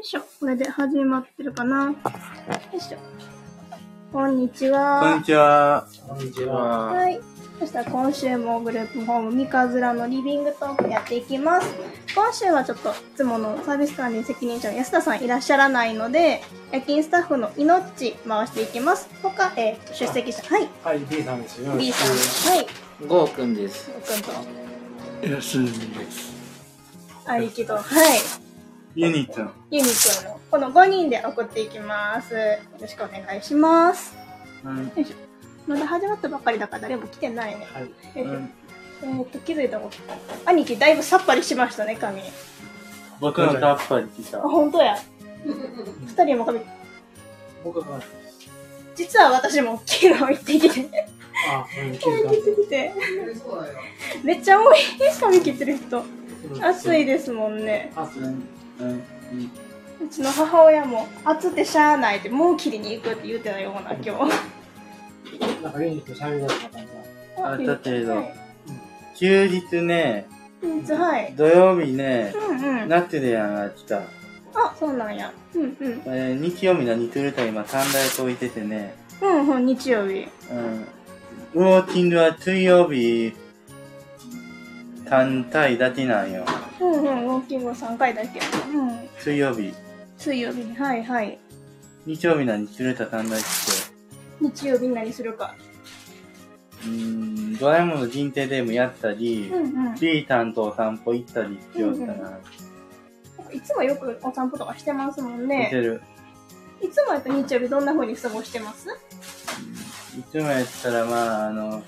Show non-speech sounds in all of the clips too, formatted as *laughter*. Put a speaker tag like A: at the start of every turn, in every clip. A: いしょ。これで始まってるかな。よいしょ。こんにち
B: こん
A: は
B: に。ちは。
C: こんにちは。
B: は
A: はい。そしたら今週もグループホーム三日面のリビングトークやっていきます。今週はちょっといつものサービス管理責任者の安田さんいらっしゃらないので、夜勤スタッフのいのっち回していきます。他、えー、出席者、はい、
C: はい、B さんですよ。
A: B さん、
C: よ
A: はい、
D: ゴーくんです。
A: 僕と、
B: 安いです。
A: 兄貴と、はい、
B: ユニちゃん。
A: ユニくんの、この5人で送っていきます。よろしくお願いします。
B: うん。
A: よいしょ。まだ始まったばっかりだから誰も来てないね。
C: はい。
A: えっ、
B: うん
A: えーっと、気づいたこと。兄貴、だいぶさっぱりしましたね、髪。
B: 僕のタッパーに来た
A: あ、。本当や。二人も髪、
C: 僕が、
A: 実は私も昨日行ってきて、
C: あ、うん、気
A: 行
C: づ
A: っ
C: か
A: てきて、めっちゃ多い、髪切ってる人。
C: ない。
A: 暑いですもんね。
C: 暑い。
B: うん。
A: うちの母親も、暑ってしゃあないって、もう切りに行くって言ってたような、今日。
C: なんかユニット喋りだした感じだ。
B: あだけど
A: はい
B: 休日ね、
A: うんはい。
B: 土曜日ね
A: う、んうん。
B: ナトゥレアが来た。
A: あ、そうなんや。うんうん。
B: えー、日曜日のニトルタ今三台と置いててね、
A: うんうん、日曜日。
B: うん。ウォーキングは水曜日、単体だけなんよ。
A: うんうん、ウォーキングを3回だけ。うん。
B: 水曜日。
A: 水曜日に、はいはい。
B: 日曜日のニトルタ単体来て、
A: 日曜日に何するか。
B: うん、ドラえもんの人生デームやったり、
A: うんうん。
B: B 担当散歩行ったりしよったな。
A: いつもよくお散歩とかしてますもん
B: 見て
A: ね。
B: る。
A: いつもやっぱ日曜日どんな風に過ごしてます
B: いつもやったら、まあ、あの、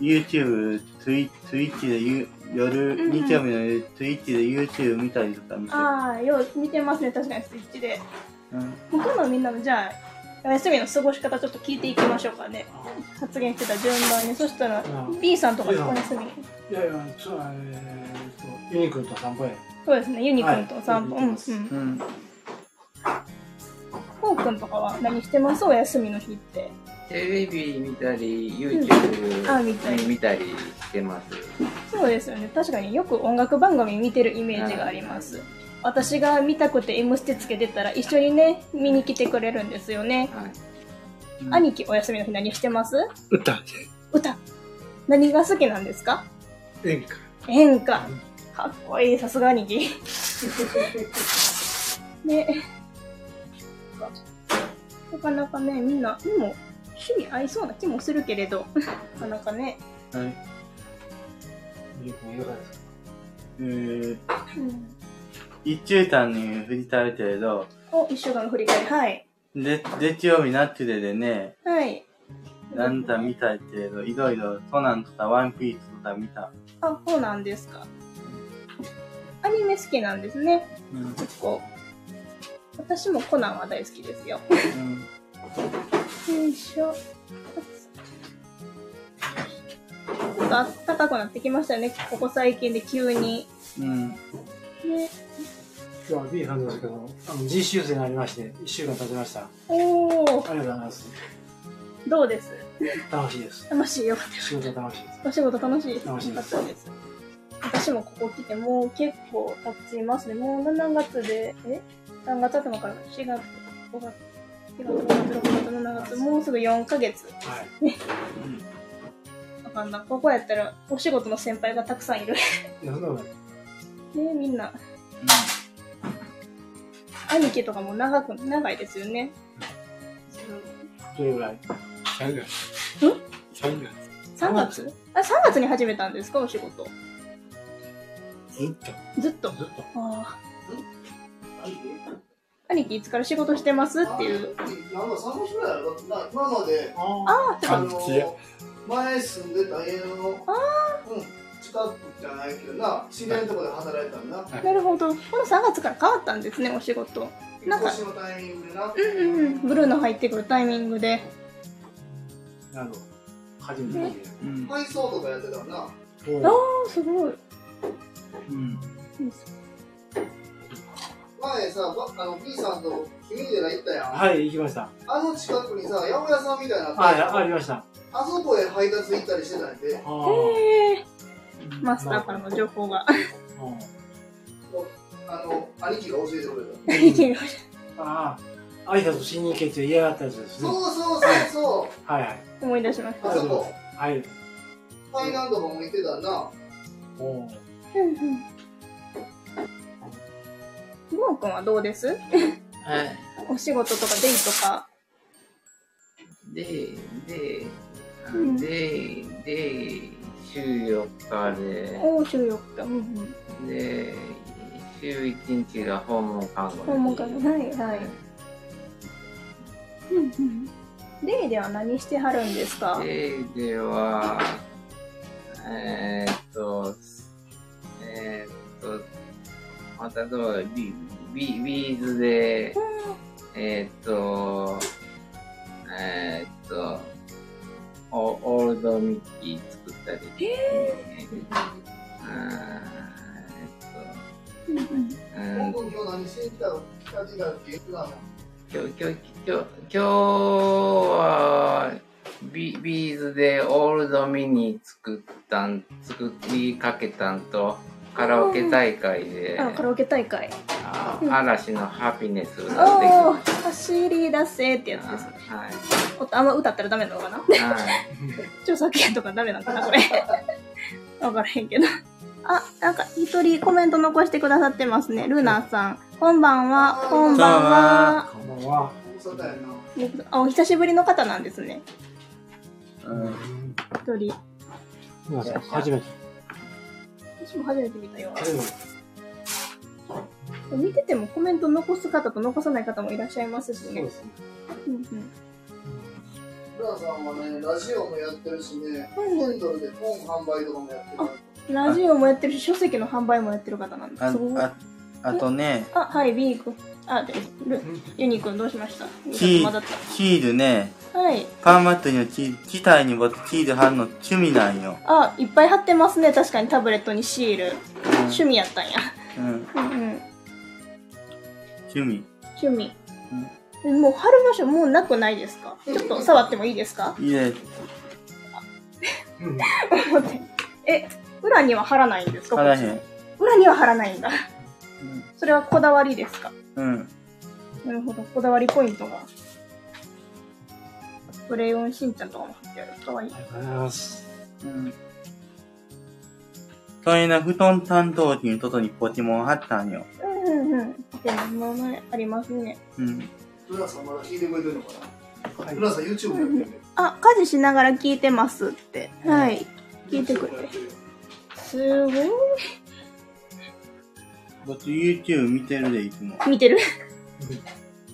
B: YouTube、Twitch Twitch でゆ、夜、
A: うんうん
B: 日曜日の Twitch で YouTube 見たりとか見てる。
A: ああ、よう見てますね、確かにスイッチで。
B: うん
A: 他のみんなの、じゃあ、お休みの過ごし方ちょっと聞いていきましょうかね。発言してた順番に。そしたら
C: う、ん
A: B さんとかお休み。
C: いやいや、ちょ、えーっと、ユニ君と散歩へ。
A: そうですね、ユニくんとお散歩。
C: はい
A: うんうん。
B: うん。
A: こうくんとかは何してますお休みの日って。
D: テレビ見たり、YouTube、
A: うんあ見たり
D: 見たりしてます。
A: そうですよね。確かによく音楽番組見てるイメージがあります。私が見たくて M ステつけてたら一緒にね、見に来てくれるんですよね。
D: はい。
A: 兄貴お休みの日何してます
C: 歌。
A: 歌。何が好きなんですか
C: 演歌。
A: 演歌。かっこいい、さすが兄貴。ね。なかなかね、みんな、でも、趣味合いそうな気もするけれど、なかなかね。
B: はい。
C: ユニ君いかがですか
B: えー、
A: うん、
B: 一週間に振りたるけれど、
A: お、一週間の振り返り、はい。
B: で、月曜日ナッツデでね、
A: はい。
B: なんだ見たけれど、いろいろトナンとかワンピースとか見た。
A: あ、そうなんですか。アニメ好きなんですね。
B: うん。
A: 結構。私もコナンは大好きですよ。
B: うん
A: よいしょ。ちょっと暖かくなってきましたね。ここ最近で急に。
B: うん。
A: ね。
C: 今日は B さんですけど、あの、実習生になりまして、1週間経ちました。あ
A: おー、
C: りがとうございます。
A: どうです
C: 楽しいです。
A: 楽しいよ。
C: 仕事楽しいです。
A: お仕事楽しい
C: 楽しい
A: よか
C: で
A: っ
C: す
A: たです。私もここ来てもう結構経ちますね。もう7月で、え何月頭から4月、5月、4月、5月、6月、7月、もうすぐ4ヶ月。
C: はい。
A: あかんな。ここやったらお仕事の先輩がたくさんいる。ね *laughs*
C: いや、そんなことない。
A: みんな。兄貴とかも長く、長いですよね。
C: どれぐらい
E: 三月。
A: ん
E: 三月。
A: 3月あ、3月に始めたんですかお仕事。
E: ずっと。
A: ずっと。あ
C: ずっと。
A: あ。兄貴いつから仕事してますっていう。
F: なんか3月ぐらいだな今まで
C: あ
A: ああ、
F: あ
E: 感じや
F: の前住んでた家のうん、近くじゃないけどな知り合いのとこで働いてたんだな
A: なるほど。この3月から変わったんですね、お仕事。
F: 引っ越しのタイミングでな
A: うんうん、ブルーの入ってくるタイミングで。
C: あ。なるほど。初めて。
B: うん。
F: 配送とかやってたんだな
C: おう
A: ああ、すごい。
B: うん。
F: 前さばあの B さんと君寺行ったやん
C: はい、行きました。
F: あの近くにさ八百屋さんみたいなの
C: はい、
F: あ
C: あ
F: っ
C: りました。
F: たあそこへ配達行ったりしてたんやで
C: あー
A: へえ。マスターからの情報が。
C: うん
F: あの兄貴が教えてくれた。
A: 兄貴が
C: ああ、挨拶しに行けって言いやがったやつですね。
F: そうそうそうそ
C: はいはい。
A: 思い出しまし
F: う。あそこ、
C: はい。
F: 海岸とかも行ってたな。
A: た。
C: おお。
A: うんうん。ゴーくんはどうです
D: はい。
A: お仕事とかデイとか。
D: で、で、あ
A: うん
D: で、で、週4日で、
A: おー、週4日。うんうん。
D: で、週1日が訪問看護です
A: 訪問看護はいはいうんうん。デイでは何してはるんですか
D: で、では、えー、っと、えー、っと、またどうビビビーズで、えー、っと、えー、っと、オオールドミッキー作ったり、えー、あ
A: うんうん。
D: ーえー
F: 本
D: っと、
F: 当に今日何してきたのたちがって言ってたの。
D: うん、今日、今日、今日、今日は、ビビーズでオールドミニ作ったん、作りかけたんと、カラオケ大会で、
A: あ、カラオケ大会。
D: あ
A: うん
D: 嵐のハピネス歌ってき
A: お
D: ま
A: ー、走り出せってやつです
D: し
A: ね。
D: た。はい。
A: おっとあんま歌ったらダメなのかな
D: はい。
A: 著作権とかダメなのかなこれ。 *laughs* わからへんけど。あ、なんか一人コメント残してくださってますね。ルナさん。こんばんは。こんばんは。
C: こんばんは。
F: そうだよな。
A: あ、お久しぶりの方なんですね。
B: うん
A: 一人。
C: すみません。初めて。
A: 私も初めて見たよ。
C: 初めて。
A: 見ててもコメント残す方と残さない方もいらっしゃいますし
C: そう
A: ね
C: で。すね。
A: うんうん
F: ルナさんはね、ラジオもやってるしね、
A: うん
F: ンドルで本販売とかもやってる。
A: ラジオもやってるし、書籍の販売もやってる方なんだ。
B: あ
A: すごい。あ
B: ああとね、
A: はい、ビー君。あ、で、ルユニ君どうしました
B: チ
A: 混ざっ
B: ーチールね、
A: た。はい。
B: パーマットのチール、自体に僕チール貼るの趣味なんよ。
A: あ、いっぱい貼ってますね。確かにタブレットにシール。趣味やったんや。
B: うん、うん
A: うんうん。
B: 趣味。
A: 趣味。えもう貼る場所もうなくないですかちょっと触ってもいいですか
B: いいね、
C: うん。
A: 待って *laughs* え、裏には貼らないんですか
B: 貼らへん。
A: 裏には貼らないんだ。それはこだわりですか
B: うん、うん、
A: なるほど。こだわりポイントが。クレヨンしんちゃんとかも貼ってある。かわいい
C: あ。りがとうございます。
B: うん。それな布団担当時の外にポケモン貼ったんよ。
A: うんうんうん。でも、名前ありますね。
B: うん。
F: ルナさんまだ聞いてくれてるのかな、
C: はい
F: ルナさん YouTube もやってるね。
A: あ、家事しながら聞いてますって。はい。聞いてくれて
F: YouTube もやってるよ
A: すごい。
B: 僕 YouTube 見てるで、いつも。
A: 見てる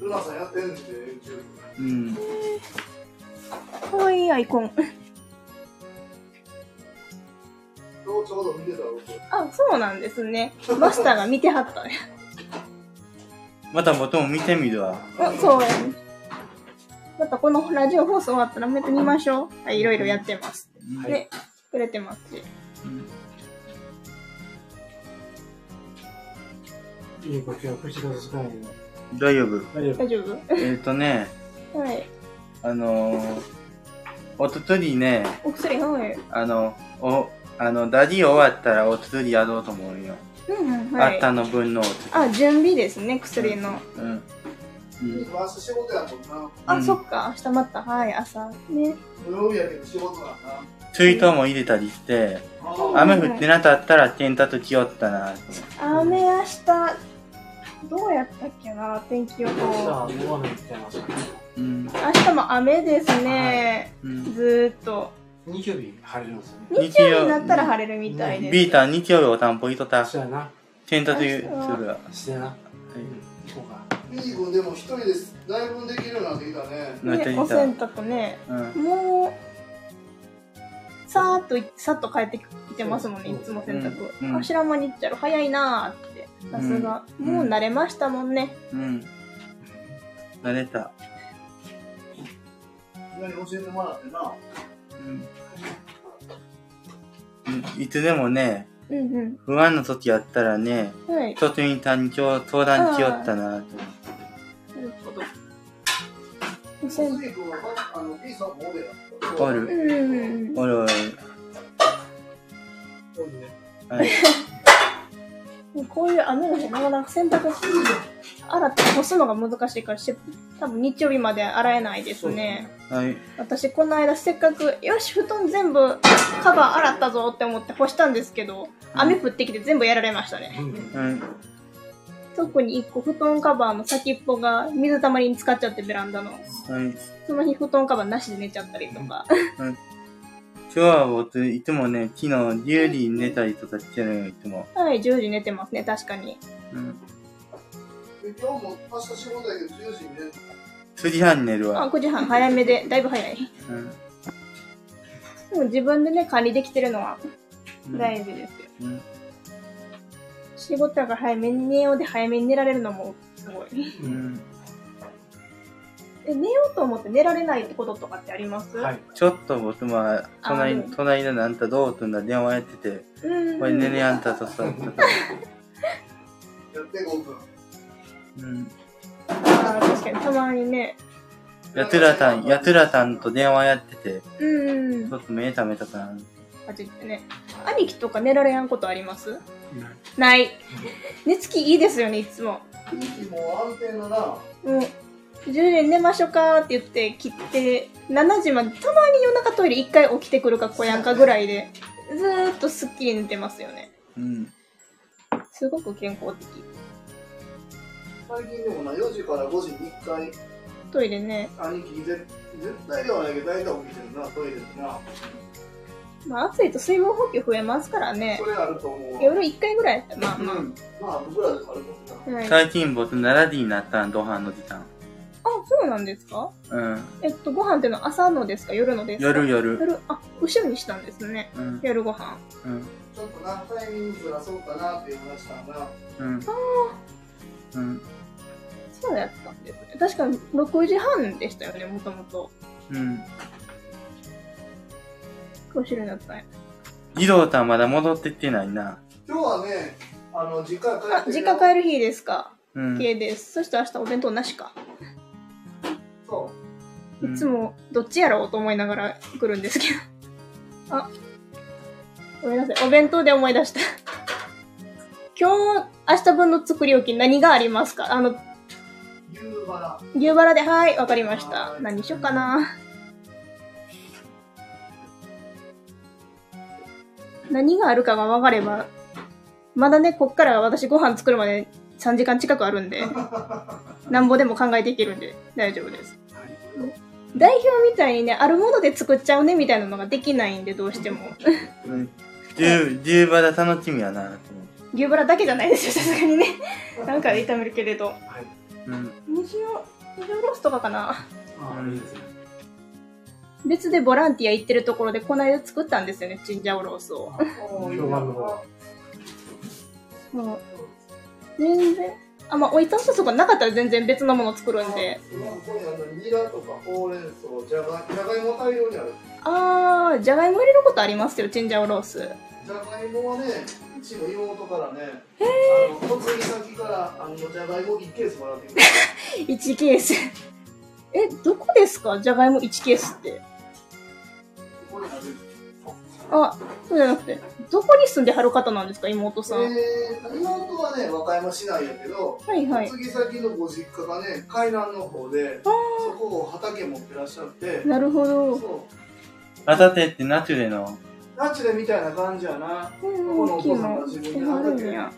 F: ルナさんやってんねんで、YouTube。
B: うん。
A: かわいいアイコン。
F: 今日ちょうど見てたわ僕。
A: あ、そうなんですね。マスターが見てはったね。
B: また僕も見てみるわ。
A: *laughs* あ、そうやね。またこのラジオ放送終わったらまた見ましょう。はい、いろいろやってます。
B: うん
A: ね、くれてますし。
C: いいご協力してくださいね。
B: 大丈夫。
C: 大丈夫。
A: 大丈夫
B: えっ、とね、
A: はい。
B: あのー、おとといね、
A: お薬飲むよ。
B: あの、お、あの、ダディ終わったらお釣りやろうと思うよ。
A: うんうん、は
B: あっ
A: い。
B: たの分のお釣
A: あ、準備ですね、薬の。
B: り。うん。うん。
F: 明日仕事やもんな。
A: あ、
B: うん
A: そっか、明日また、はい、朝。ね。
F: 土曜日やけど仕事なんだな。
B: 水筒も入れたりして、
F: あ
B: 雨降ってなかったら洗濯しよったな。
A: 雨明日、どうやったっけな、天気予報。
C: さあ、もう雨みたいな。
B: うん。
A: 明日も雨ですね、
B: うん。
A: ずーっと。
C: 日曜日晴れるんですよね。
A: 日
B: 日曜
A: 曜日になったら晴れるみたいです。
B: ビーター日曜日お担保いとった。
C: そうやな。
B: 洗濯するわ。は
C: してな。
B: い
C: そうか。
F: いい子でも一人で内分できるようになってきたね。
B: なって
A: ね、
B: き
A: お
B: た。
A: 洗濯ね、
B: うん。
A: もう、さーっとい、さっと帰ってきてますもんね、
C: うん
A: いつも洗濯。
B: うん
A: あ、知らん間に行っちゃう、早いなーって。さすが、
B: うん
A: もう慣れましたもんね。
B: うん。慣れた。
F: みんなに教えてもらってな。
B: うん。うんいつでもね、
A: うん
B: 不安の時やったらね、
A: うん。はい。
B: 突に単調相談しよったなと思って。
A: なるほど。お
F: 小
A: 洗濯。
F: 杉君は、あの、B さんもおるやん。
B: お
A: う
B: る
A: んうんうん。
B: おるおる。
F: おるね。
B: はい。
A: こういう雨の日なかなか洗濯し洗って干すのが難しいからし多分日曜日まで洗えないですね
B: はい。
A: 私この間せっかくよし布団全部カバー洗ったぞって思って干したんですけど雨降ってきて全部やられましたね
B: うん。
A: 特に1個布団カバーの先っぽが水たまりに使っちゃってベランダの
B: はい。
A: その日布団カバーなしで寝ちゃったりとか
B: 今日は僕、いつもね、昨日10時に寝たりとかしてるよ、いつも。
A: はい10時寝てますね確かに
B: うん。
F: で今日も明日仕事だけど10時に寝る
B: 9時半に寝る
A: あ
B: わ。
A: 9時半早めでだいぶ早い
B: うん。
A: でも自分でね管理できてるのは
B: うん
A: 大事ですよ
B: うん。
A: 仕事だから早めに寝ようで早めに寝られるのもすごい。
B: うん。
A: え寝ようと思って寝られないってこととかってあります、
C: はい。
B: ちょっと僕も、隣
A: あう
B: に、
A: ん
B: 隣のあんたどうとんだ電話やってて、
A: うん。
B: これねねあんたとさ、とか
F: やって5分
A: *laughs*
B: うん。
A: あー確かにたまにね。
B: やつらたん、やつらたんと電話やってて、
A: うん
B: ち。ょっと目覚めたから、
A: あちょっとね。兄貴とか寝られやんことあります
E: ない
A: ない。寝つきいいですよね、いつも。
F: 息も安定だな
A: もう、10時寝ましょうかって言って切って、7時まで、たまに夜中トイレ1回起きてくるかこやんかぐらいで、ずーっとすっきり寝てますよね。
B: うん。
A: すごく健康的。
F: 最近でもな4時から5時に1回
A: トイレね。
F: 兄貴絶絶対ではないけど大体起きてるなトイレでな
A: まあ暑いと水分補給増えますからね
F: そ。れあると思うわ
A: 夜1回ぐらいやったらまあ
F: う
A: ま
F: んまあ僕らでもあるも
A: あ。
F: んな
A: はい、あ、
B: 最近僕、奈良時になったん、ご飯の時間。
A: そうなんですか
B: うん。
A: えっと、ご飯ってのは朝のですか夜のですか
B: 夜夜。
A: 夜。あ、後ろにしたんですね。
B: うん。
A: 夜ご飯。
B: うん。
F: ちょっとなタイミングずらそうかなっていう話したんだ
B: うん。うん。
A: そうやったんですね。確かに6時半でしたよね、もともと。
B: うん。
A: 後ろになったんや。
B: 二郎たんまだ戻ってってないな。
F: 今日はねあの実家
A: あ、
F: 帰って
A: 実家帰る
F: る
A: 日ですか。
B: うん。
A: 系です。そして明日お弁当なしか。
F: そ
B: うん
A: いつもどっちやろうと思いながら来るんですけど。あ、ごめんなさい。お弁当で思い出した。今日、明日分の作り置き何がありますかあの、
F: う夕花
A: 牛バラで、はい、わかりました
F: は。い
A: 何にしようかな。何があるかが分かれば、まだね、こっから私ご飯作るまで3時間近くあるんで、なんぼでも考えていけるんで大丈夫です。代表みたいにね、あるもので作っちゃうねみたいなのができないんで、どうしても。
B: うん。十、十バラ楽しみやな、と思
A: 牛バラだけじゃないですよ、さすがにね。なんか炒めるけれど。
B: う。うん。
A: 西尾、西尾ロースとかかな。
C: ああ、いいですね。
A: 別でボランティア行ってるところでこの間作ったんですよねチンジャオロースを
F: お
C: 今
F: ー
C: 日はあの
A: もう全然あまあ置いたんとそこなかったら全然別のもの作るんで
F: 今ここにあのニラとかほうれん草じゃがじゃがいも大量にある
A: あーじゃがいも入れることありますよチンジャオロース
F: じゃがいもはねうちの妹からねあの嫁ぎ先からあのじゃがいも1ケースもらってきた
A: 1ケース *laughs* えどこですかじゃがいも1ケースって
F: ここにある
A: あそうじゃなくてどこに住んではる方なんですか妹さん、
F: えー、妹はね和歌山市内やけど
A: はいはい
F: 嫁ぎ先のご実家がね海南の方でそこを畑持ってらっしゃって
A: なるほど、
F: そ
B: あたてってナチュレの。
F: うナチュレみたいな感じやな
A: うんうん、木も手があるんや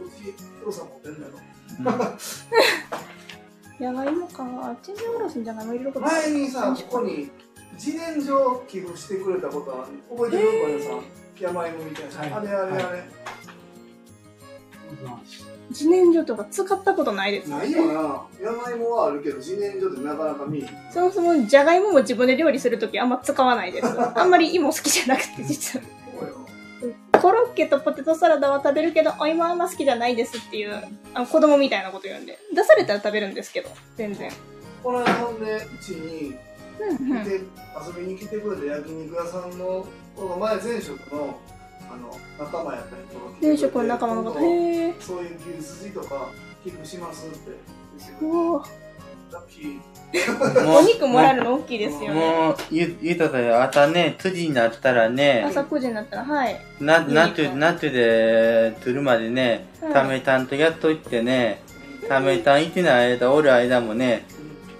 F: こっち黒さん持ってんだろ
A: *laughs* じゃがいもかチンジャオロースにじゃがいも入れること
F: 前にさここに自然薯寄付してくれたことある覚えてるこれさ山芋みたいな、
C: はい
F: あれあれあれ、
A: 自然薯とか使ったことないです
F: ないよな山芋はあるけど自然薯ってなかなか見えへん
A: そもそもじゃがいもも自分で料理するときあんま使わないです。 *laughs* あんまり芋好きじゃなくて実は。
F: そうよ
A: コロッケとポテトサラダは食べるけどお芋はあんま好きじゃないですっていうあの子供みたいなこと言うんで出されたら食べるんですけど全然。
F: この間ほんでうちに
A: うんうん。
F: で遊びに来てくれた焼肉屋さんのこの前前職のあの仲間やった人が来てくれて
A: 前職の仲間の方。
F: 今度
A: へえ。
F: そういう牛筋とか寄付しますって言ってくれて
A: おお。
F: ラッキー。
A: お肉もらえるの大きいですよね。
B: もう、ゆ、ゆうたさん、朝ね、9時になったらね、
A: 朝9時になったら、はい。
B: な、
A: 見に
B: な
A: 行こ
B: と
A: う
B: なとで、とるまでね、
A: はい
B: ためたんとやっといてね、ためたんいてない間、おる間もね、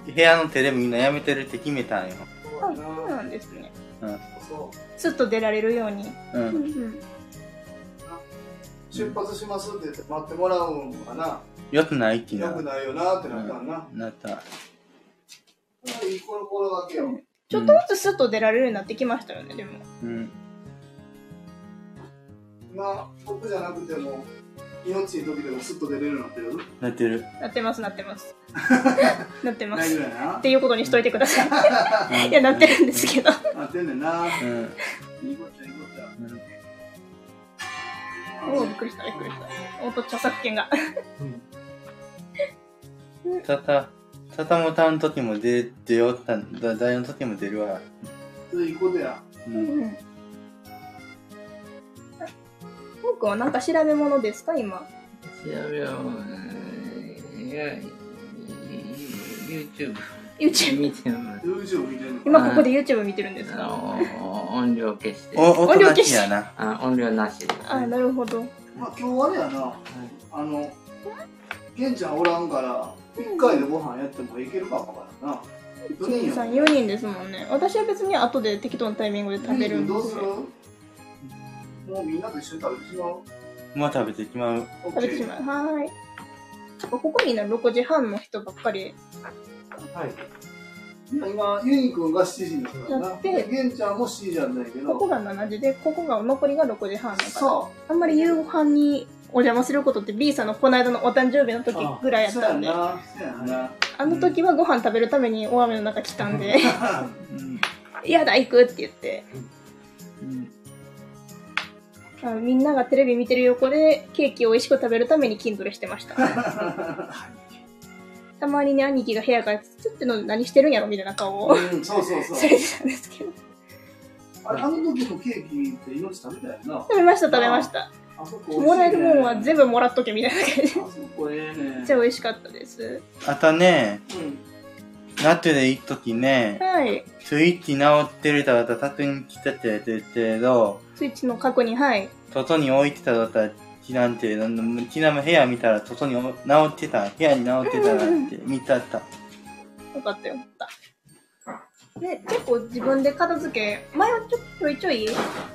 B: 部屋のテレビみんなやめてるって決めたんよ。
F: そう
A: あ、
F: や
A: そう
F: な。
A: なんですね。
F: そう。
A: スッと出られるように。う
B: う
A: ん
B: ん。
A: うん。
F: 出発しますって言って待ってもらうんかな。
B: よくないって
F: よ
B: な
F: く。ないよなってなったんな。
B: なった。
F: それいい頃頃だけよ。
A: ちょっとずつスッと出られるようになってきましたよね、でも。
B: うん。
F: 今、僕じゃなくても、命の時でもスッと出れるようになってる
B: なってる。
A: なってます、なって *laughs* ます。なってま
F: 大
A: す。
F: 丈
A: っ
F: 夫やな
A: て。いうことにしといてください。いや、なってるんですけど。
F: なってんねんな。
B: うん。
F: いいこっちゃいいこっちゃ。
A: *laughs* おお、びっくりした、びっくりした。おっと、著作権が。
B: たた、たたもたん時も出、出よったんだ、だいの時も出るわ。
F: それいいことや。
B: う。
A: うんん。ふうくんはなんか調べ物ですか、今。
D: 調べよう。いや、YouTube
A: YouTube。
D: 見てます。
F: YouTube 見てんのかな。
A: 今ここで YouTube 見てるんです
D: あ
A: か
D: の、音量消して。
B: お、音
A: 音量
B: な
A: 消
B: し
A: し
B: やな。
D: あ音量なしです。
A: あ、なるほど。
F: まあ今日あれやな。あの、玄ちゃんおらんから、一回でご飯やってもいけるかもからな。どれんよ
A: さん4人ですもんね私は別に後で適当なタイミングで食べるんで
F: どう
A: す
F: する
A: よ
F: もうみんなと一緒に食べてしまう。
B: もう食べてきまう。
A: 食べてしまうはーいここにいるの6時半の人ばっかり
C: はい。
F: 今、ユニくんが7時に来た
A: や
F: な
A: っ。て
F: 玄ちゃんも7時じゃないけ
A: ここ
F: ど。
A: が7時でここが残りが6時半だから
F: そ。
A: あんまり夕ご飯にお邪魔することって B さんのこの間のお誕生日の時ぐらいうやっ
F: そう
A: た
F: や
A: んであ
F: な。そうやな。
A: の時はご飯食べるために大雨の中来たんで「 *laughs* 嫌だ行く」って言ってあのみんながテレビ見てる横でケーキを美味しく食べるために筋トレしてました
F: *laughs*
A: たまにね兄貴が部屋から「ちょっとの何してるんやろ」みたいな顔を
F: うん、そうそ
A: *laughs*
F: うそ
A: さ
F: う
A: れ。てたんですけど
F: あれ、あの時のケーキって命食べたよな。
A: 食べました食べました
F: あそこ
A: もらえるもんは全
F: 部。
A: 部もらっとけみたいな感じで
F: あそこええね。
A: めっちゃ美味しかったです
B: あたね、
F: うん。
B: なとで行く時ね、
A: はい
B: スイッチ直ってるたらたたくに来たってやつけど、
A: スイッチの過去にはい
B: 外に置いてただったら、ちなんて、なんだもうちなみ部屋見たら、外にお直ってた、部屋に直ってたらって、見たった。
A: よかったよかったね結構自分で片付け前はちょちょいちょい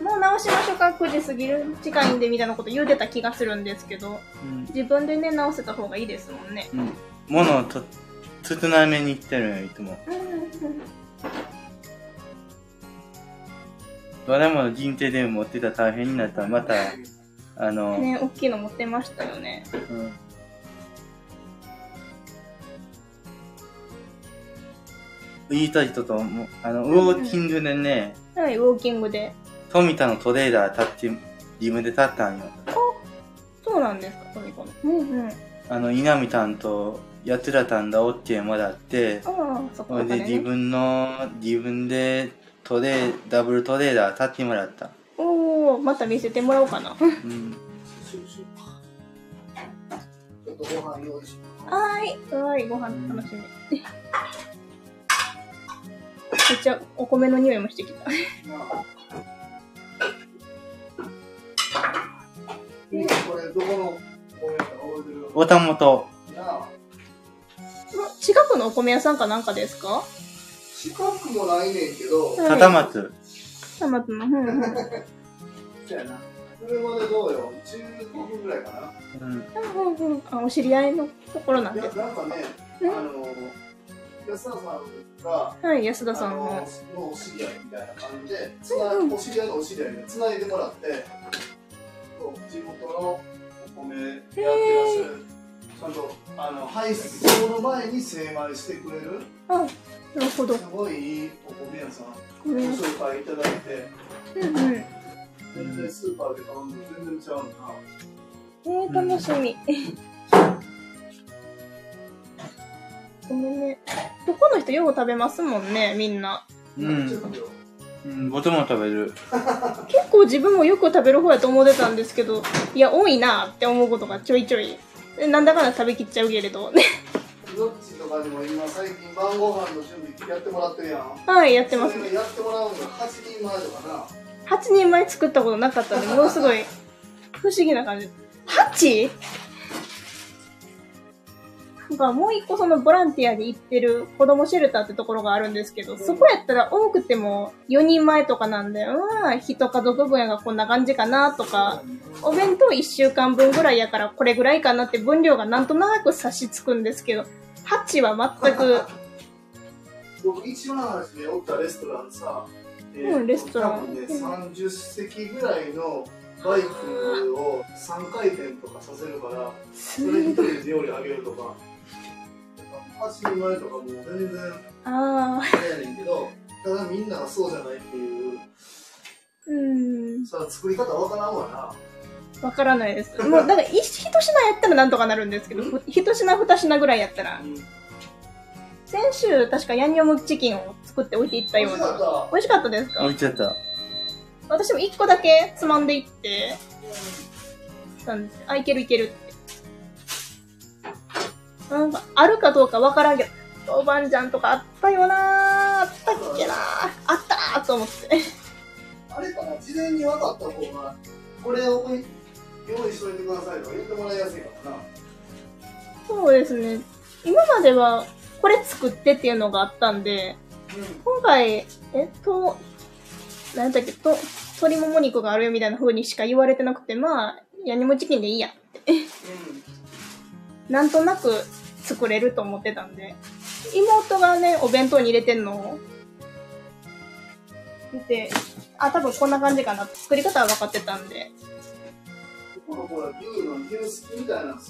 A: もう直しましょうか9時過ぎる近いんでみたいなこと言うてた気がするんですけど
B: うん。
A: 自分でね直せた方がいいですもんね
B: うん。物をと、つつなめに来てるよ、いつも。どれも人生でも持ってたら大変になったら、また、あの、
A: ね大きいの持ってましたよね
B: うん。言いたい人とも、あの、ウォーキングでね、
A: はいウォーキングで
B: 富田のトレーダー立って、自分で立ったんよ。
A: そうなんですかトミコのうんうんあ
B: あの、稲見たんと、やつらたんだオッケーもらって、
A: あそ
B: そ
A: こ
B: れ
A: ま
B: で
A: で
B: 自
A: ね
B: 分の、自分でトレー、ダブルトレーダー立ってもらった。
A: おおまた見せてもらおうかな
B: うん。
F: シュッシュッちょっとご飯用意し
A: はーい。はーい、ご飯楽しみ。 *laughs* めっちゃお米の匂いもしてきた。 *laughs*
F: ますな。ユニくんこれどこの公園か覚えてるよ
B: おたもと、
F: なあ。
A: 近くのお米屋さんかなんかですか
F: 近くもないねんけど、
A: はい
B: たたまつ。
A: たまつの。うんうん。うん
F: そうやな。車でどうよ、15分ぐらいかな。
B: うん。
A: うんうん。あ、お知り合いのところなん
F: いや、
A: で
F: なん
A: す。
F: かね、あ
A: うん
F: の、安田さんが、
A: はい、安田
F: あ
A: さん
F: の
A: の。、
F: のお知り合いみたいな感じで、つなお知り合いのお知り合いでつないでもらって、そう地元のお米やってらっしゃる、ちゃんと、あの、配送の前に精米してくれる、
A: あ、なるほど
F: す。ごいいいお米屋さん、
A: ご
F: ご
A: めんなさ
F: 紹介いただいて、
A: い。うんうん。え
F: 全然スーパーで買うの全然ちゃうな。
A: ー、楽しみ。ごめんね。どこの人よく食べますもんね、みんな。
B: う
F: ちょっ
B: ん。
F: とよ
B: うん、僕も食べる。
A: 結構自分もよく食べる方やと思ってたんですけどいや多いなって思うことがちょいちょいでなんだかんだ食べきっちゃうけれどね
F: いのっちとかにも今最近晩ご飯の準備やってもらってるやん
A: はい、やってます
F: そ。れやってもらうのが8人前とかな
A: 8人前作ったことなかったんで、ものすごい不思議な感じ。8? なんかもう一個そのボランティアで行ってる子供シェルターってところがあるんですけど、そこやったら多くても4人前とかなんで、うん、1家族分やがこんな感じかなとか、お弁当1週間分ぐらいやからこれぐらいかなって分量がなんとなく差しつくんですけど、8は全く、
F: 僕一番初めおったレストランさ、え
A: うんレストラン
F: 多分ね30席ぐらいのバイクを3回転とかさせるからそれ一人で料理あげるとか8人前とかもう全然
A: ああ、
F: 早いねんけどただみんながそうじゃないっていう
A: うん。
F: それは作り方わからんわな
A: わからないです。もう、だから、一一品やったらなんとかなるんですけど、ふ一品二品ぐらいやったら。先週、確かヤンニョムチキンを作って置いていった
F: 美
A: よう
F: 味しか
A: な。
F: った
A: 美味しかったですか
B: 置いちゃった。
A: 私も一個だけつまんでいって、たんですよあ、いけるいけるって。なんか、あるかどうかわからんけど、豆板醤とかあったよなーあったっけなーあったーと思って。
F: あれかな事前に分かった方がこれを用意しといてくださいとか言ってもらいやすいからな
A: そうですね。今までは、これ作ってっていうのがあったんで、今回、えっと、なんだっけ、と、鶏もも肉があるよみたいな風にしか言われてなくて、まあ、ヤニムチキンでいいや。
F: うんうん
A: なんとなく作れると思ってたんで。妹がね、お弁当に入れてんのを見て、あ、多分こんな感じかな。作り方は分かってたんで。
F: この子は牛の牛すきみたいなの好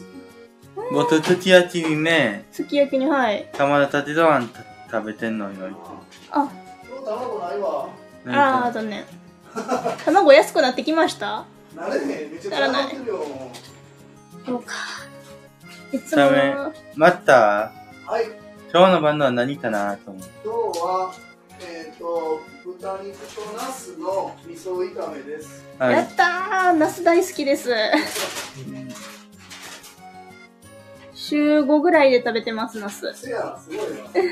F: き
B: 元土屋ちにね、
A: すき焼きに、はい。
B: 玉田たてご飯食べてんのよ。
A: あ、
F: 今日卵ないわ
A: あー、残念。卵安くなってきました
F: なれへんめちゃくちゃなってるよも
A: そうか。いつもの
B: ダメ待った
F: うはい
B: 今日の晩のは何かなと思う。
F: 今日はえっ、と豚肉とナスの味噌炒めです
B: は
A: や
B: い。
A: ったーナス大好きです。週5ぐらいで食べてます、ナス。
F: せやすごい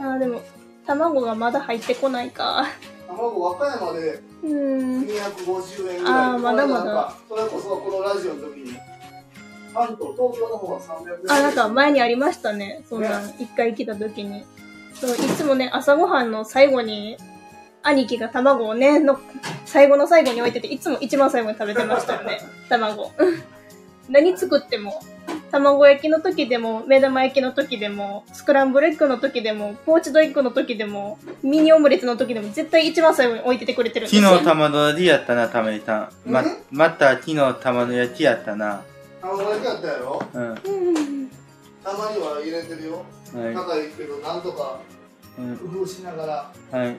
F: な
A: あーでも、卵がまだ入ってこないか。
F: 卵和歌山で
A: うーん。
F: 250円ぐらい
A: あーまだまだ
F: これなんかそれこそこのラジオの時に関東東京の方は300円
A: あ、なんか前にありましたね。そんなん、一回来た時に。そう、いつもね、朝ごはんの最後に、兄貴が卵をね、の、最後の最後に置いてて、いつも一番最後に食べてましたよ
B: *laughs*
A: ね。卵。 *laughs* 何作っても。卵焼きの時でも、目玉焼きの時でも、スクランブルエッグの時でも、ポーチドエッグの時でも、ミニオムレツの時でも、絶対一番最後に置いててくれてるんで
B: 昨
A: すよ。
B: 日玉田でやったな、ためりたん。ま
F: ん、
B: また昨日玉の焼きやったな。
F: 卵焼きやったやろ
B: うん。
A: うん
F: たまには入れてるよ
B: は
F: 高いけどなんとか
B: い。うん
F: 工夫しながら
B: はい。今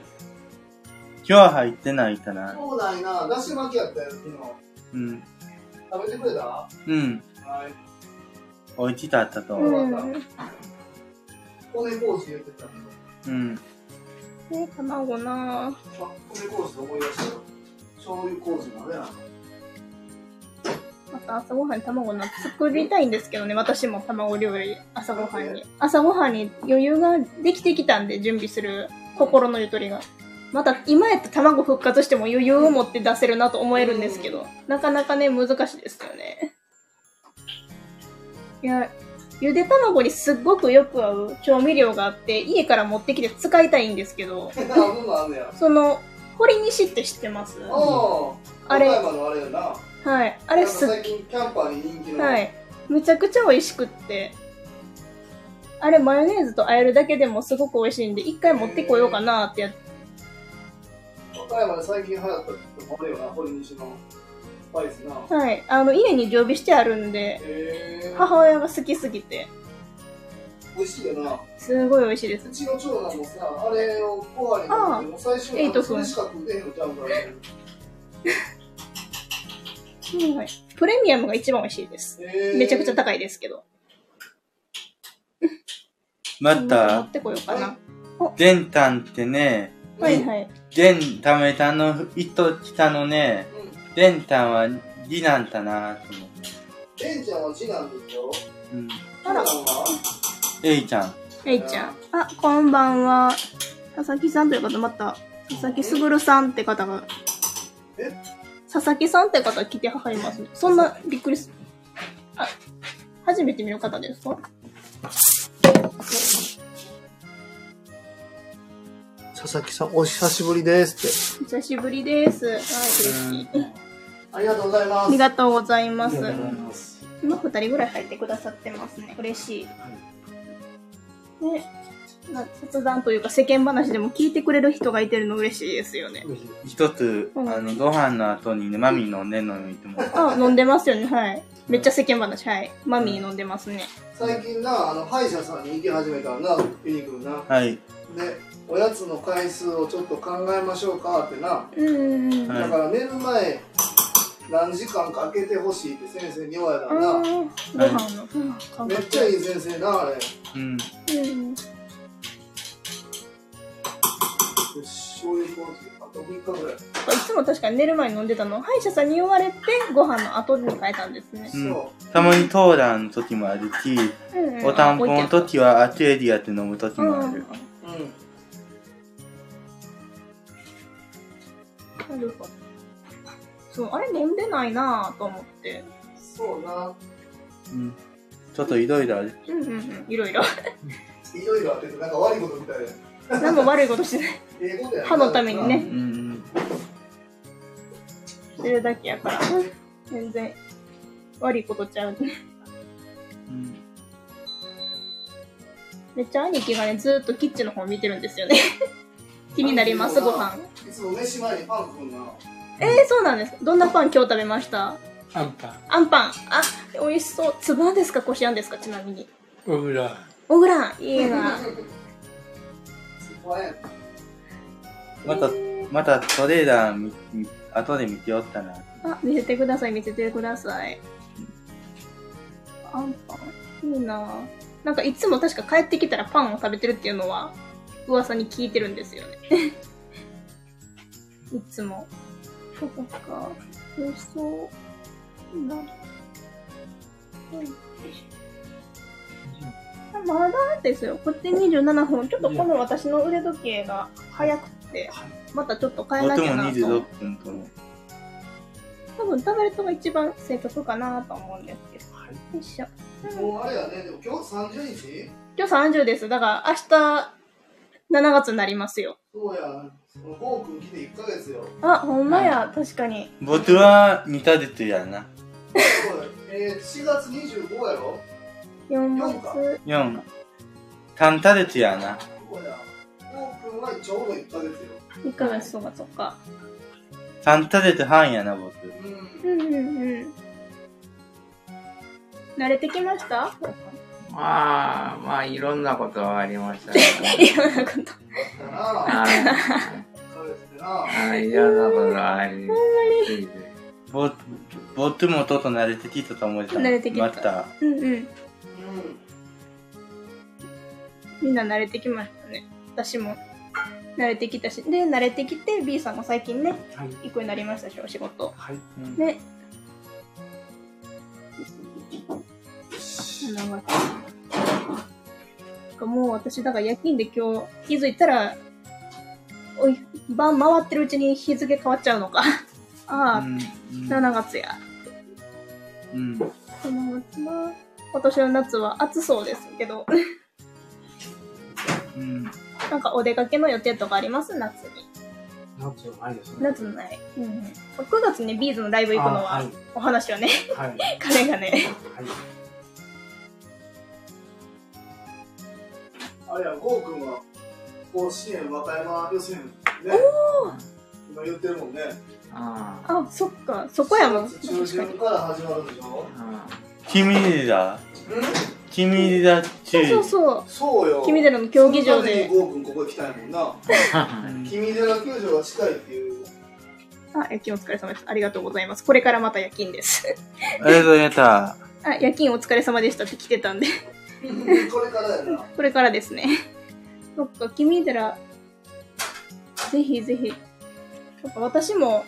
B: 日は入ってないかな。
F: そうないなだし巻きやったよ昨日
B: うん。
F: 食べてくれたは
B: うん。
F: い
B: 美味しかったと思う。
A: うん。
F: 米麹入れてたけど
B: うん。
A: ね、卵なぁ。
F: あ米麹で思い出したよ醤油麹のねあの
A: また朝ごはんに卵な作りたいんですけどね、私も卵料理、朝ごはんに。朝ごはんに余裕ができてきたんで、準備する心のゆとりが。また今やったら卵復活しても余裕を持って出せるなと思えるんですけど、なかなかね、難しいですよね。いや、ゆで卵にすっごくよく合う調味料があって、家から持ってきて使いたいんですけど、
F: あものあんねや
A: その、堀西って知ってます
F: お
A: あれ
F: 岡山のあれやな
A: はい。あ
F: あ
A: れすっ
F: 最近キャンパーに人気の、
A: はい。むちゃくちゃ美味しくって。あれ、マヨネーズと和えるだけでもすごく美味しいんで、一回持ってこようかなってやっ
F: 岡山で最近流行ったってもあれよな堀西のスパイスなへ
A: はい。あの、家に常備してあるんで、
F: え
A: 母親が好きすぎて、
F: 美味しいよな
A: すごい美味しいです。
F: うちの長男もさあれをご飯にかけてもう最初
A: エイト
F: に
A: 君
F: それしか食うてへんのちゃうからね
A: はい。プレミアムが一番美味しいです。
F: へえ
A: めちゃくちゃ高いですけど。
B: ま
A: 持
B: た
A: っ、てこようかな。
B: 玄丹ってね、
A: はいはい。
B: 玄ためたの糸北のね、玄丹は次男だなと思
F: レンちゃんは次男でしょ
B: う。うん。
A: あら
F: 次男は
B: えいちゃん。
A: えいちゃん。あ、こんばんは。佐々木さんという方、また、佐々木すぐるさんって方が
F: え。
A: 佐々木さんって方来てはりますね。そんな、びっくりす。あ、初めて見る方ですか
F: 佐々木さん、お久しぶりですっ
A: お久しぶりです。はい、嬉しい
F: て。ありがとうございま
A: あ
F: す
A: り。がとうございます。
C: ありがとうございます。
A: 今二人ぐらい入ってくださってますね。嬉しい。で、まあ雑談というか世間話でも聞いてくれる人がいてるの嬉しいですよね。
C: ぜひ
B: 一つ、あ
A: うん
B: の、ご飯の後にね、マミ飲んでんのにっても。
A: あ、飲んでますよね。はい。めっちゃ世間話。はい。マミー飲んでますね。
F: 最近な、あの、歯医者さんに行き始めたらな、ユニクルな。
B: はい。
F: で、おやつの回数をちょっと考えましょうかってな。
A: うんうんうん。
B: はい
F: だから寝る前、何時間かけてほしいって先生に言われた
A: あ
F: らな。
A: ーご飯のうん感
F: めっ
A: 覚。
F: ちゃいい先生な、あれ。
B: うん。
A: うん
F: よし醤油麹あと3日ぐらい。
A: いつも確かに寝る前に飲んでたの歯医者さんに言われてご飯の後に変えたんですね。
B: うん
F: そ
B: たまにトーランの時もあるし、
A: うんうん
B: おたんぽの
A: 置いて
B: 時はアテリアって飲む時も
A: あ
B: あ
A: る
B: る。
F: う。うん。
A: うんなるほど。そう、あれ飲んでないなぁと思って。
F: そうな。
B: うん。ちょっといろいろある。
A: うんうんうん。いろいろ。
F: いろいろあってて、なんか悪いことみたいで。
A: 何も悪いことしてない。
F: 英語で
A: 歯のためにね
B: うんうん。
A: してるだけやから。 *laughs* 全然悪いことちゃうね。
B: うん
A: めっちゃ兄貴がね、ずーっとキッチンの方見てるんですよね。 *laughs* 気になります、ご飯。
F: いつも飯前にパン食うな。
A: えー、そうなんです。どんなパン今日食べました
E: アンパン、
A: あんパン。あ、美味しそう。つぶあんですかこしあんですかちなみに。
E: オムラ
A: おぐらん。いいな。
F: そこはね
B: また、またトレーラーみ、み後で見ておったな。
A: あ、見せてください、見せてください。あんパンいいななんかいつも確か帰ってきたらパンを食べてるっていうのは噂に聞いてるんですよね。 *laughs* いつも。そうか。美味しそう。いいな。うんあまだですよ。こっち27分。ちょっとこの私の腕時計が早くて、またちょっと変えなき
B: 音
A: ゃ
B: も
A: なと思って
B: 26分とも。
A: 多分タブレットが一番正確かなと思うんですけど、よいしょうん
F: もうあれやね、でも今日30日
A: 今日30ですだから明日7月になりますよ
F: そうや。ゴーくん来て1ヶ月よ。 *laughs*
A: あほんまや、確かに
B: 僕は2ヶ月やな。
F: そうや。えー、4月25やろ
A: 4
F: 四か
A: 月
B: 4。3ヶ月やな。
F: そうや。ゴーくんはちょうど1ヶ月よ。
A: 1ヶ月とかとか
B: 3ヶ月半やな、僕。
F: うん。
A: うんうんうん慣れてきました
D: まあ、まあ、いろんなことはありましたけど
A: *laughs* *laughs* いやなんか
F: だな。
D: はい
F: 1ヶ月でな。
D: はいいろんなことはありました。
B: ぼ僕もちょっと慣れてきたと思ってた。
A: 慣れてきた
B: また。
A: うんうん
F: うん。
A: みんな慣れてきましたね私も慣れてきたしで慣れてきて B さんが最近ね
C: はい。
A: 行くようになりましたしお仕事
C: はい。
B: うん
A: ね。なんかもう私、だから夜勤で今日気づいたら、おい、晩回ってるうちに日付変わっちゃうのか。ああ、7月や。
B: うん。うん。
A: 7月な。今年の夏は暑そうですけど、
B: うん。
A: なんかお出かけの予定とかあります夏に。
C: なんていうのないですね。
A: 夏のない。うんうん。9月にビーズのライブ行くの
C: あは、
A: はいお話はね、 *laughs*
C: はい。
A: 彼がね。
C: はい。
F: あれや、ゴーくんは甲子園和歌山予選ね。今言ってるもんね。
D: ああ
A: あ、そっか、そこやもん。
F: 4月
A: 確
F: 中
A: か
F: 旬
A: に。
F: から始まるでしょ。
A: *laughs*
D: ああ
B: 君リラ
F: うん。
B: 君リラ
A: そうそう
B: 中。
A: そう。
F: そうよ。
A: 君寺の競技場で
F: そのためにゴー君ここ行きたいもんな。君寺球場が近いっ
A: *laughs*
F: ていう。
A: あ、夜勤お疲れ様です。ありがとうございます。これからまた夜勤です。 *laughs*
B: ありがとうございました。
A: あ、夜勤お疲れ様でしたって来てたんで、 *laughs*
F: これからやな。
A: これからですね。 *laughs* そっか、君寺、ぜひぜひ。そっか、私も、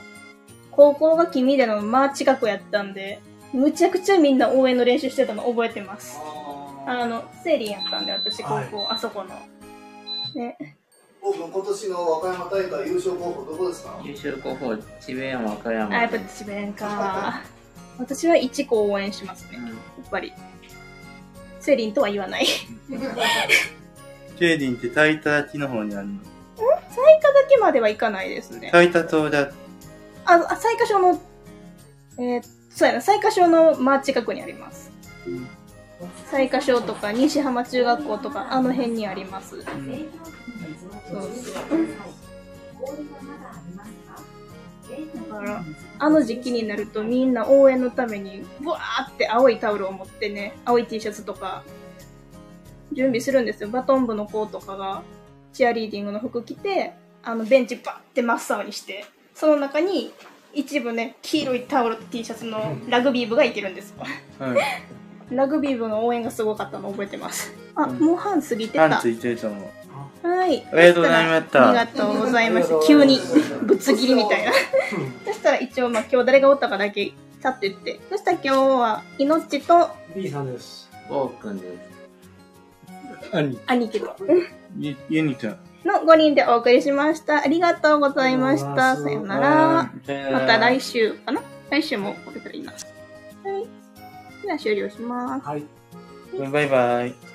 A: 高校が君寺のまあ近くやったんで、むちゃくちゃみんな応援の練習してたの覚えてます。
F: あ
A: あの、セリやったんで、私、高校、あそこの。ね、
F: オープン今年の和歌山大会優勝候補どこですか
D: 優勝候補、智弁和歌
A: あ、や
D: 山
A: っぱ
D: で。
A: 智弁か。私は一個応援しますね、
D: う
A: や
D: ん
A: っぱり。セリンとは言わない。
B: チェーリンってタイタ立ちの方にあるの
A: 最下だけまではいかないですね。
B: タイタ島だ。
A: あ、あ最下賞の、えーそうやな、最下賞の真近くにあります。最下賞とか、西浜中学校とか、あの辺にあります。そうだから、あの時期になるとみんな応援のために、ブワーって青いタオルを持ってね、青い T シャツとか、準備するんですよ。バトン部の子とかが、チアリーディングの服着て、あのベンチバッて真っ青にして、その中に一部ね、黄色いタオルと T シャツのラグビー部がいてるんですよ。
B: うん。
A: ラグビー部の応援がすごかったの覚えてます。あ、もう半過ぎてた。
B: パンついてると思う。
A: はい。
B: ありがとうございました
A: ありがとうございました。急にぶつ切りみた
B: *laughs*
A: いな。そしたら一応、まあ今日誰がおったかだけ、さって言って。そしたら今日は、いのっちと
C: B さんです。
D: 王くんです。
E: 兄。
A: 兄貴と
B: ゆ、ゆにくん。
A: の5人でお送りしました。ありがとうございました。さよなら。
B: ら
A: また来週かな来週も来れたらいいな。はい。では終了します。
C: はい。
B: バイバイ。